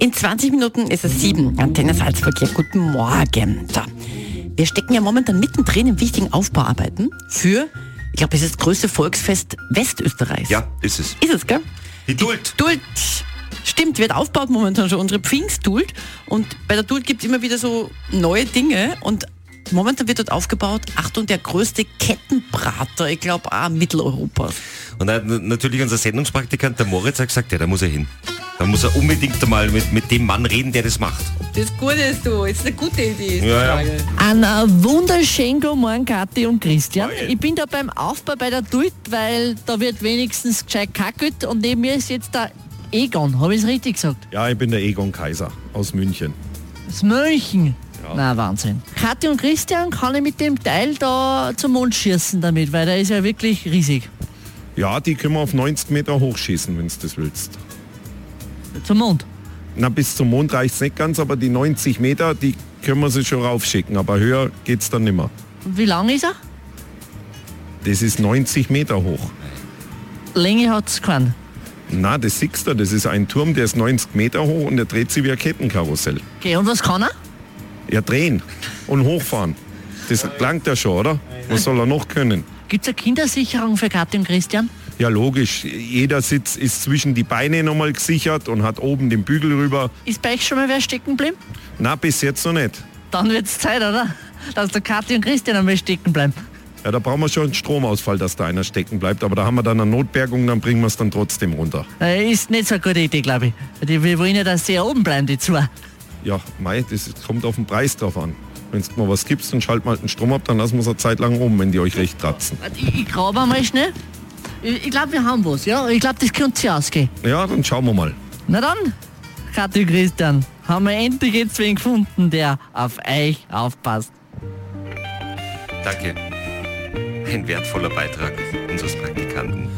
In 20 Minuten ist es 7. Antenne Salzburg, ja, guten Morgen. So. Wir stecken ja momentan mittendrin in wichtigen Aufbauarbeiten für, ich glaube, es ist das größte Volksfest Westösterreichs. Ja, ist es. Ist es, gell? Die Duld. Duld. Stimmt, wird aufgebaut momentan schon unsere Pfingstduld. Und bei der Duld gibt es immer wieder so neue Dinge. Und momentan wird dort aufgebaut, Achtung, der größte Kettenbrater, ich glaube, auch Mitteleuropas. Und dann hat n- natürlich unser Sendungspraktikant, der Moritz, hat gesagt, ja, da muss er hin. Da muss er unbedingt einmal mit, mit dem Mann reden, der das macht. Das Gute ist du, ist eine gute Idee. Ist Ja, die ja. Frage. Einen äh, wunderschönen guten Morgen, Kathi und Christian. Moin. Ich bin da beim Aufbau bei der Duld, weil da wird wenigstens gescheit kackelt und neben mir ist jetzt der Egon, habe ich es richtig gesagt? Ja, ich bin der Egon Kaiser aus München. Das Mönchen. Na Wahnsinn. Kathi und Christian kann ich mit dem Teil da zum Mond schießen damit, weil der ist ja wirklich riesig. Ja, die können wir auf 90 Meter hochschießen, wenn du das willst. Zum Mond. Na, bis zum Mond reicht es nicht ganz, aber die 90 Meter, die können wir sie schon raufschicken, aber höher geht's dann nimmer. Und wie lang ist er? Das ist 90 Meter hoch. Länge hat es keinen. Na, das siehst du, das ist ein Turm, der ist 90 Meter hoch und der dreht sich wie ein Kettenkarussell. Okay, und was kann er? Ja, drehen und hochfahren. Das langt ja schon, oder? Was soll er noch können? Gibt es eine Kindersicherung für Kathi und Christian? Ja, logisch. Jeder Sitz ist zwischen die Beine nochmal gesichert und hat oben den Bügel rüber. Ist bei euch schon mal wer stecken geblieben? Na, bis jetzt noch nicht. Dann wird's Zeit, oder? Dass der Kathi und Christian einmal stecken bleiben. Ja, da brauchen wir schon einen Stromausfall, dass da einer stecken bleibt. Aber da haben wir dann eine Notbergung, dann bringen wir es dann trotzdem runter. Äh, Ist nicht so eine gute Idee, glaube ich. Die- Wir wollen ja, dass sie ja oben bleiben, die zwei. Ja, Mai, das ist- kommt auf den Preis drauf an. Wenn du mal was gibst und schalt mal den halt Strom ab, dann lassen wir es eine Zeit lang um, wenn die euch recht tratzen. Warte, Ich, ich grabe einmal schnell. Ich, ich glaube, wir haben was, ja? Ich glaube, das könnte sich ausgehen. Ja, dann schauen wir mal. Na dann, Kathi und Christian, haben wir endlich jetzt wen gefunden, der auf euch aufpasst. Danke. Ein wertvoller Beitrag unseres Praktikanten.